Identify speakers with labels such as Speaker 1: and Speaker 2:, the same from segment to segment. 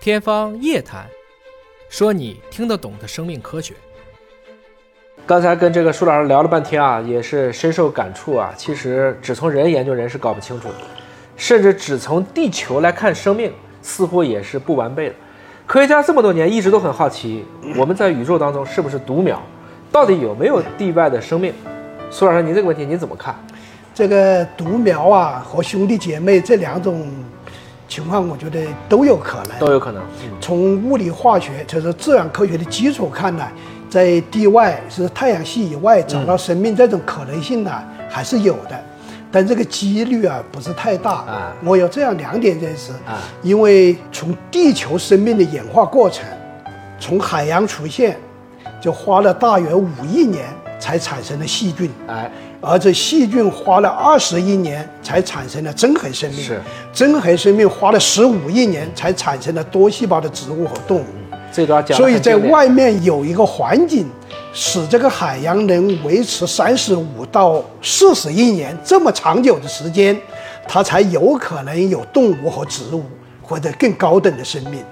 Speaker 1: 天方夜谭，说你听得懂的生命科学。
Speaker 2: 刚才跟这个舒老师聊了半天啊，也是深受感触啊。其实只从人研究人是搞不清楚的，甚至只从地球来看生命，似乎也是不完备的。科学家这么多年一直都很好奇，我们在宇宙当中是不是独苗？到底有没有地外的生命？苏老师，您这个问题您怎么看？
Speaker 3: 这个独苗啊和兄弟姐妹这两种情况，我觉得都有可能。
Speaker 2: 都有可能。嗯
Speaker 3: 从物理化学，就是自然科学的基础看呢，在地外是太阳系以外找到生命这种可能性呢、啊
Speaker 2: 嗯
Speaker 3: 还是有的，但这个几率啊不是太大。
Speaker 2: 啊
Speaker 3: 我有这样两点认识，
Speaker 2: 啊
Speaker 3: 因为从地球生命的演化过程，从海洋出现，就花了大约五亿年才产生了细菌。
Speaker 2: 哎，
Speaker 3: 而这细菌花了二十亿年才产生了真核生命，
Speaker 2: 是
Speaker 3: 真核生命花了十五亿年才产生了多细胞的植物和动物，
Speaker 2: 这段讲得
Speaker 3: 所以
Speaker 2: 很
Speaker 3: 在
Speaker 2: 经典
Speaker 3: 外面有一个环境，使这个海洋能维持三十五到四十亿年这么长久的时间，它才有可能有动物和植物或者更高等的生命。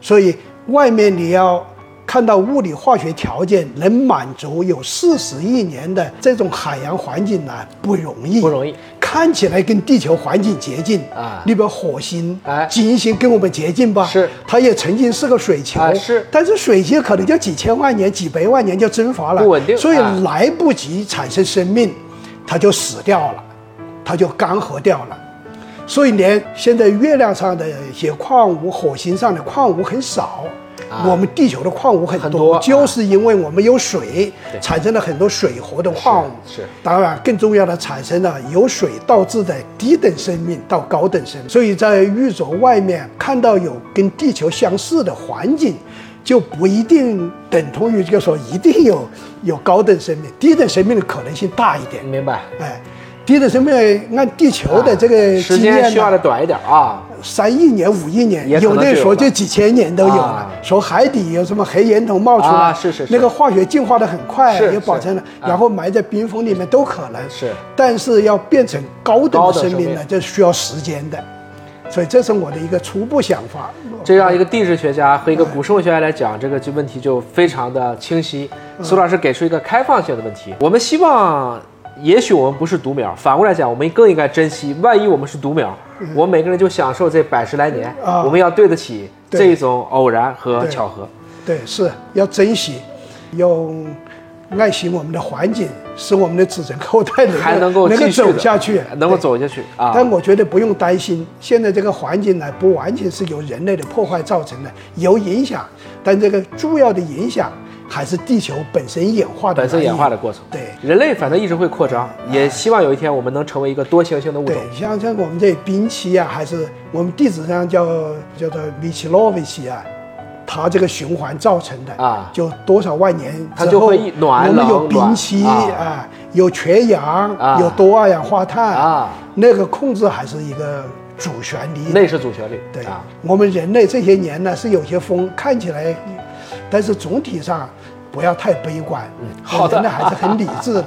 Speaker 3: 所以外面你要看到物理化学条件能满足有四十亿年的这种海洋环境呢，不容易，
Speaker 2: 不容易。
Speaker 3: 看起来跟地球环境接近
Speaker 2: 啊
Speaker 3: 你比如火星、
Speaker 2: 哎
Speaker 3: 金星跟我们接近吧，
Speaker 2: 是
Speaker 3: 它也曾经是个水球，
Speaker 2: 哎是
Speaker 3: 但是水星可能就几千万年、几百万年就蒸发了，
Speaker 2: 不稳定
Speaker 3: 所以
Speaker 2: 哎
Speaker 3: 来不及产生生命，它就死掉了，它就干涸掉了。所以连现在月亮上的一些矿物、火星上的矿物很少，我们地球的矿物很多，
Speaker 2: 啊很多啊
Speaker 3: 就是因为我们有水，
Speaker 2: 对
Speaker 3: 产生了很多水活的矿物。
Speaker 2: 是是
Speaker 3: 当然，更重要的产生了由水导致的低等生命到高等生命，所以在宇宙外面看到有跟地球相似的环境，就不一定等同于就说一定有有高等生命，低等生命的可能性大一点。
Speaker 2: 明白。
Speaker 3: 哎，低等生命按地球的这个
Speaker 2: 时
Speaker 3: 经验
Speaker 2: 间
Speaker 3: 呢
Speaker 2: 需要的短一点啊。
Speaker 3: 三亿年、五亿年
Speaker 2: 也，可能
Speaker 3: 有
Speaker 2: 就
Speaker 3: 的
Speaker 2: 有
Speaker 3: 时候
Speaker 2: 了
Speaker 3: 就几千年都有了。
Speaker 2: 啊
Speaker 3: 说海底有什么黑岩头冒出来，
Speaker 2: 啊是是是
Speaker 3: 那个化学进化的很快，
Speaker 2: 是
Speaker 3: 也保存了，
Speaker 2: 是啊
Speaker 3: 然后埋在冰封里面都可能。
Speaker 2: 是
Speaker 3: 但是要变成高等
Speaker 2: 高
Speaker 3: 的
Speaker 2: 等
Speaker 3: 生
Speaker 2: 生
Speaker 3: 命呢
Speaker 2: 命，
Speaker 3: 就需要时间的。所以这是我的一个初步想法。
Speaker 2: 这让一个地质学家和一个古生物学家来讲，这个就问题就非常的清晰。苏老师给出一个开放性的问题，我们希望，也许我们不是独苗，反过来讲，我们更应该珍惜。万一我们是独苗，
Speaker 3: 嗯
Speaker 2: 我们每个人就享受这百十来年，
Speaker 3: 啊
Speaker 2: 我们要对得起
Speaker 3: 对
Speaker 2: 这种偶然和
Speaker 3: 对
Speaker 2: 巧合。
Speaker 3: 对，是要珍惜，要爱惜我们的环境，使我们的子孙后代能够
Speaker 2: 还能够
Speaker 3: 能够
Speaker 2: 继续的
Speaker 3: 走下去，
Speaker 2: 能够
Speaker 3: 对
Speaker 2: 走下去啊！
Speaker 3: 但我觉得不用担心，现在这个环境呢，不完全是由人类的破坏造成的，有影响，但这个主要的影响还是地球本身演化的
Speaker 2: 本身演化
Speaker 3: 的
Speaker 2: 的过程，
Speaker 3: 对
Speaker 2: 人类反正一直会扩张，也希望有一天我们能成为一个多行星的物
Speaker 3: 对
Speaker 2: 种。，
Speaker 3: 像像我们这冰期啊，还是我们地址上叫叫做米奇洛维奇啊。它这个循环造成的
Speaker 2: 啊
Speaker 3: 就多少万年
Speaker 2: 它
Speaker 3: 之
Speaker 2: 就
Speaker 3: 后
Speaker 2: 会一暖
Speaker 3: 我们有
Speaker 2: 冷
Speaker 3: 冰
Speaker 2: 暖
Speaker 3: 期
Speaker 2: 啊
Speaker 3: 啊，有缺氧
Speaker 2: 啊，
Speaker 3: 有多二氧化碳
Speaker 2: 啊，
Speaker 3: 那个控制还是一个主旋律。
Speaker 2: 那是主旋律，
Speaker 3: 对
Speaker 2: 啊，
Speaker 3: 我们人类这些年呢是有些风，看起来，但是总体上不要太悲观，
Speaker 2: 嗯好的
Speaker 3: 我们人呢还是很理智的。